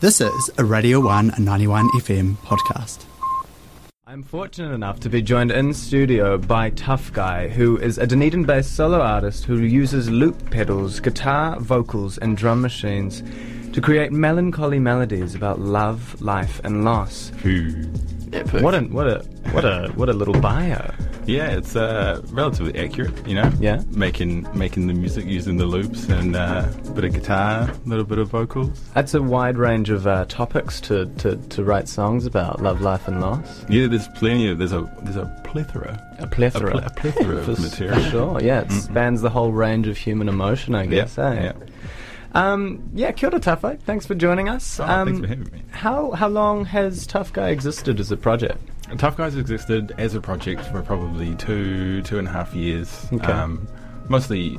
This is a Radio 1 and 91 FM podcast. I'm fortunate enough to be joined in studio by Tough Guy, who is a Dunedin based solo artist who uses loop pedals, guitar, vocals, and drum machines to create melancholy melodies about love, life, and loss. Epic. What a, what a, what a, what a little bio. yeah, it's uh, relatively accurate, you know. Yeah. making making the music using the loops and uh, bit of guitar, a little bit of vocals. That's a wide range of uh, topics to, to, to write songs about love, life, and loss. Yeah, there's plenty of there's a there's a plethora, A a, plethora. ple- a plethora For of s- material. Mm-hmm. For sure, yeah. It spans the whole range of human emotion, I Yeah, guess. eh? yeah. Oh, Um, yeah, kia ora, Tafa. Thanks for joining us. Oh, um, thanks for having me. How how long has Tough Guy existed as a project? Tough Guys existed as a project for probably two, two and a half years. Um, Okay. mostly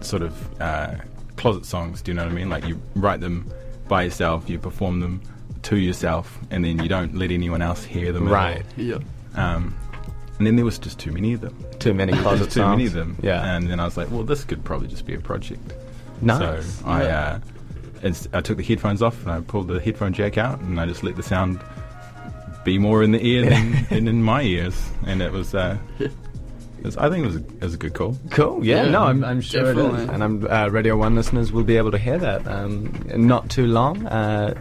sort of uh, closet songs, do you know what I mean? Like you write them by yourself, you perform them to yourself, and then you don't let anyone else hear them. at all. Yeah. Um, and then there was just too many of them. Too many closet There's too songs. many of them. Yeah. And then I was like, well, this could probably just be a project. nice. So I, uh, it's, I took the headphones off and I pulled the headphone jack out and I just let the sound be more in the ear than, than in my ears. And it was, uh, it was- I think it was, a, it was a good call. Cool. Yeah. Yeah, no, I'm, I'm sure it is, definitely. and I'm uh, Radio One listeners will be able to hear that um, in not too long. Uh,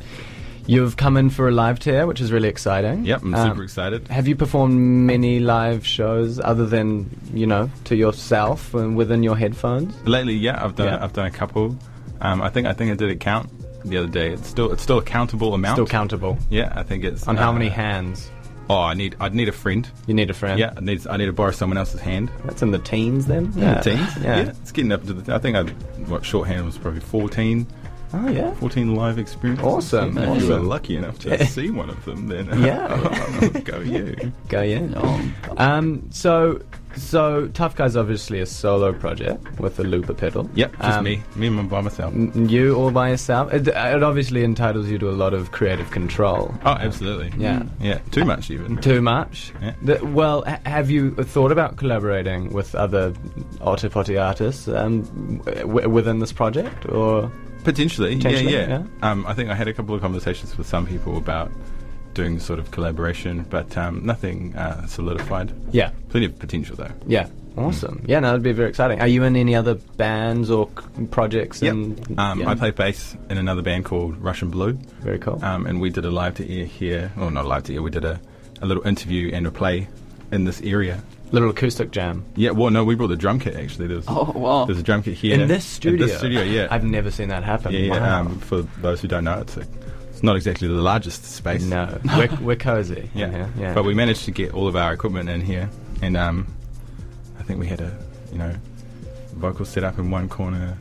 you've come in for a live tear, which is really exciting. Yep, I'm Um, super excited. Have you performed many live shows other than you know to yourself and within your headphones? Lately, yeah, I've done Yeah. I've done a couple. Um, I think I think I did a count the other day. It's still it's still a countable amount. Still countable Yeah, I think it's on how uh, many hands Oh, I need I'd need a friend. you need a friend. Yeah, I need I need to borrow someone else's hand. That's in the teens then. Yeah. Teens? Yeah. It's getting up to the. I think I what shorthand was probably 14, Oh yeah. 14 live experiences. Awesome, If you were awesome. lucky enough to see one of them, then Yeah. go you. Go yeah. Oh, Um, so, so Tough Guy's obviously a solo project with a looper pedal. Yep, just Um, me, me and my by myself. n- You all by yourself. It, it obviously entitles you to a lot of creative control. Oh, absolutely. Yeah. yeah. Too much even. Too much. Yeah. Th- well, ha- have you thought about collaborating with other Otipoti artists um, w- within this project, or Potentially. Potentially, yeah, yeah. Um, I think I had a couple of conversations with some people about doing sort of collaboration, but um, nothing uh, solidified. yeah, Plenty of potential though. yeah, awesome. Yeah, no, that'd be very exciting. Are you in any other bands or c- projects? And, Um, yeah, I play bass in another band called Russian Blue. very cool. um, and we did a live to air here. Well, not live to air. We did a, a little interview and a play in this area. Little acoustic jam. Yeah. Well, no, we brought the drum kit actually. There was, Oh, wow. There's a drum kit here in this studio. In this studio, yeah. I've never seen that happen. yeah, yeah. Wow. Um, for those who don't know, it's a, it's not exactly the largest space. no, we're, we're cozy. Yeah. in here, yeah. But we managed to get all of our equipment in here, and um, I think we had a you know vocal set up in one corner.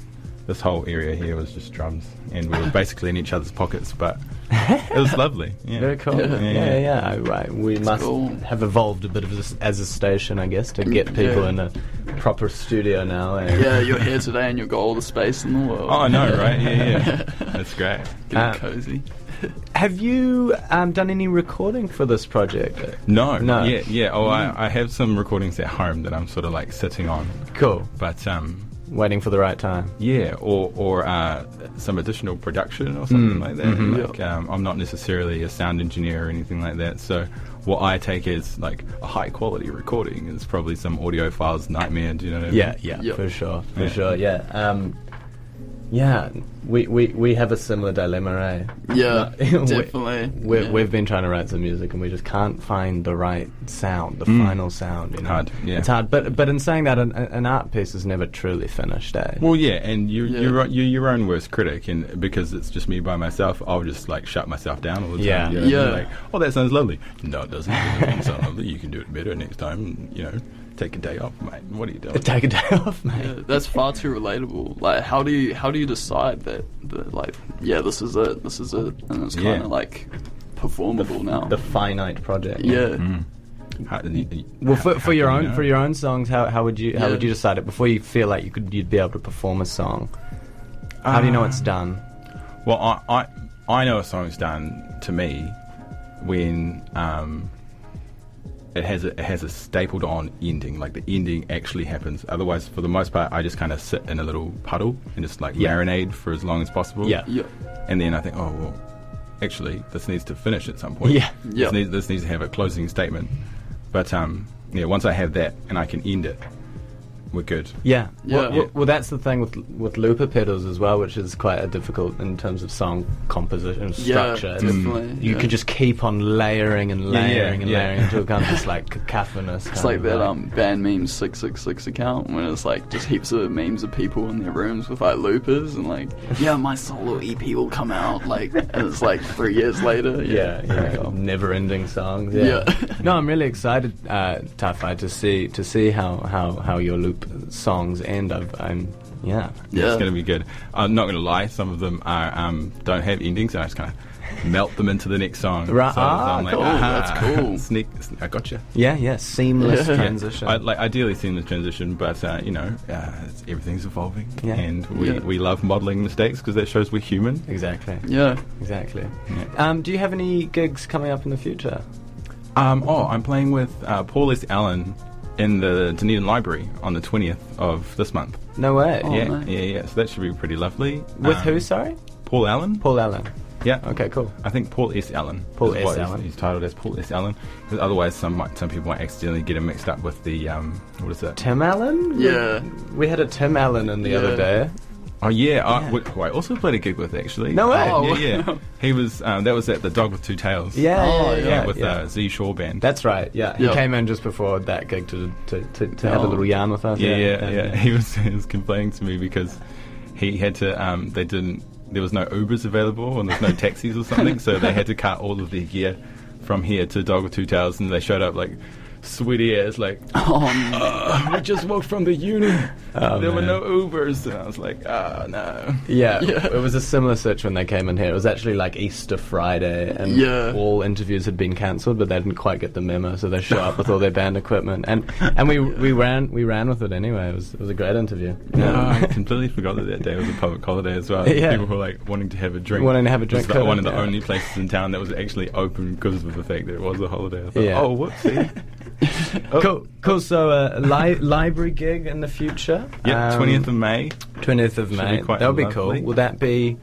This whole area here was just drums, and we were basically in each other's pockets, but it was lovely. Yeah. very cool. Yeah, yeah, Yeah. yeah. Yeah. I- right. We must cool. have evolved a bit of this as a station, I guess, to get people yeah. in a proper studio now. eh? yeah, you're here today and you've got all the space in the world. Oh, I know, right? Yeah, yeah. That's great. Getting Ah. cozy. Have you um, done any recording for this project? No, No. Mm. Yeah, yeah. Oh, I, I have some recordings at home that I'm sort of like sitting on, Cool. but um, Waiting for the right time. yeah, or or uh, some additional production or something like that. mhm. Like, um, I'm not necessarily a sound engineer or anything like that, so what I take as like a high quality recording is probably some audio files nightmare. Do you know what I mean? Yeah, yeah, Yeah. for sure, for Yeah. sure, yeah. Um, yeah, we, we, we have a similar dilemma, eh? Yeah, We- definitely. We're, Yeah. We've been trying to write some music and we just can't find the right sound, the final sound. You know? Mm. Hard, yeah. It's hard, but but in saying that, an, an art piece is never truly finished. Eh? Well, yeah, and you, Yeah. you're you're your own worst critic, and because it's just me by myself, I'll just like shut myself down all the time. Yeah. you know? Yeah. Like, oh, that sounds lovely. No, it doesn't. It doesn't sound lovely. You can do it better next time. You know, take a day off, mate. What are you doing? Take a day off, mate. Yeah, that's far too relatable. Like, how do you how do you decide that, that like yeah, this is it, this is it, and it's kind Yeah. of like performable now. The finite project. yeah, Mm. How- you- you- Well, for, how- for how your can own you know? for your own songs, how, how would you how Yeah. would you decide it before you feel like you could you'd be able to perform a song? How do you Uh, know it's done? Well, I, I I know a song's done to me when um, it has a, it has a stapled on ending, like the ending actually happens. Otherwise, for the most part, I just kind of sit in a little puddle and just like Yeah. marinade for as long as possible. Yeah. yeah, And then I think, oh well, actually, this needs to finish at some point. Yeah. This, Yep. needs, this needs to have a closing statement. But um, yeah, once I have that and I can end it, we're good. Yeah. Well, Yeah. well, well, that's the thing with with looper pedals as well, which is quite a difficult in terms of song composition and Yeah, structure. It's- definitely. You yeah. can just keep on layering and Yeah, yeah, layering and yeah. layering until it becomes just like cacophonous. It's kind like of that um band meme six six six account when it's like just heaps of memes of people in their rooms with like loopers and like yeah my solo EP will come out like and it's like three years later yeah, yeah, cool. never-ending songs. Yeah. Yeah. no, I'm really excited, uh, Tafa, to see to see how, how, how your loop songs end. I've, I'm yeah. It's yeah going to be good. I'm not going to lie. Some of them are um, don't have endings, and I just kind of melt them into the next song. Right, ah, cool, that's cool. Sneak, sneak- I gotcha. Yeah, yeah, seamless Yeah. transition. I, like ideally seen the transition, but uh, you know, uh, it's, everything's evolving, Yeah. and we, Yeah. we love modelling mistakes because that shows we're human. exactly, yeah exactly. Yeah. Um, do you have any gigs coming up in the future? Um, oh, I'm playing with uh, Paul S. Allen in the Dunedin Library on the 20th of this month. No way. Oh, yeah, nice. yeah, yeah. So that should be pretty lovely. With Um, who? Sorry, Paul Allen. Paul Allen. Yeah. Okay, cool. I think Paul S. Allen. Paul is S. what Allen. He's, he's titled as Paul S. Allen. 'Cause otherwise, some might, some people might accidentally get him mixed up with the um, what is it? Tim Allen. Yeah. We- we had a Tim Allen in the other Yeah. day. Oh yeah, Yeah. I, wh- who I also played a gig with actually. No way. Oh, yeah, yeah. wow. He was um, that was at the Dog with Two Tails. Yeah, Oh, yeah, yeah, yeah, yeah, with yeah. Uh, Z Shaw Band. That's right. Yeah, he Yeah. came in just before that gig to to, to, to have a Oh. little yarn with us. yeah, yeah, yeah. He was he was complaining to me because he had to. Um, they didn't. There was no Ubers available and there's no taxis or something, so they had to cart all of their gear from here to Dog with Two Tails, and they showed up like sweaty as like "Ah, oh no. "Ugh, we just walked from the uni. Oh, there were man. no Ubers. And I was like, oh, no. Yeah, Yeah. it was a similar search when they came in here. It was actually like Easter Friday, and Yeah. all interviews had been cancelled, but they didn't quite get the memo, so they show up with all their band equipment, and and we we ran we ran with it anyway. It was it was a great interview. No, I completely forgot that that day was a public holiday as well. Yeah. People were like wanting to have a drink. Wanting to have a drink, It was like one of the couldn't, yeah. only places in town that was actually open because of the fact that it was a holiday. I thought, Yeah. oh, whoopsie. Oh. Cool, cool. So uh, li- library gig in the future. Yeah, Um, twentieth of May. twentieth of Should May. be quite That'll be cool. lovely. Will that be?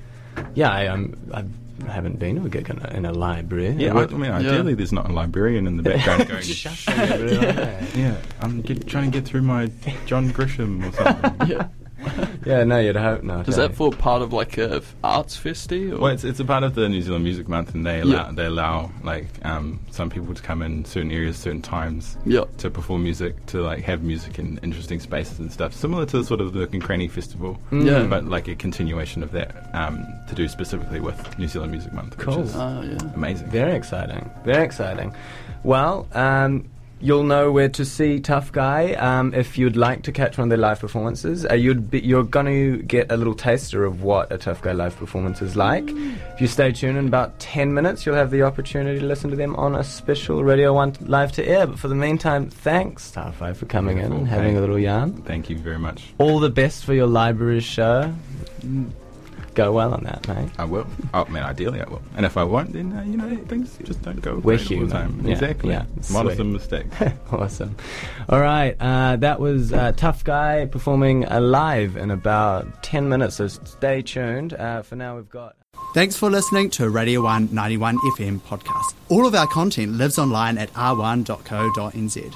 Yeah, I um I haven't been to a gig in a, in a library. Yeah, I, I mean, ideally, there's not a librarian in the background going. Shush, Shh. everyone. yeah. Yeah, I'm get, trying to get through my John Grisham or something. yeah no, you'd hope not. is eh? that for part of like a f- arts festi or Well, it's, it's a part of the New Zealand Music Month, and they allow Yeah. they allow like um, some people to come in certain areas, certain times yeah to perform music, to like have music in interesting spaces and stuff, similar to sort of the Nook and Cranny Festival, Mm. Yeah. but like a continuation of that um, to do specifically with New Zealand Music Month, Cool. which is oh yeah amazing. Very exciting. Very exciting. Well, um, you'll know where to see Tough Guy um, if you'd like to catch one of their live performances. Uh, you'd be, you're going to get a little taster of what a Tough Guy live performance is like. If you stay tuned in about 10 minutes, you'll have the opportunity to listen to them on a special Radio 1 live to air. But for the meantime, thanks, Tough Guy, for coming in and Beautiful. having Hey. a little yarn. Thank you very much. All the best for your library show. Go well on that, mate. I will. Oh man, ideally I will. And if I won't, then uh, you know things just don't go We're great all human. the time. Yeah, exactly. yeah. Modest Sweet. and mistakes. awesome. All right, uh, that was uh, Tough Guy performing uh, live in about 10 minutes, so stay tuned. Uh, for now, we've got. Thanks for listening to Radio 1 91 FM podcast. All of our content lives online at r1.co.nz.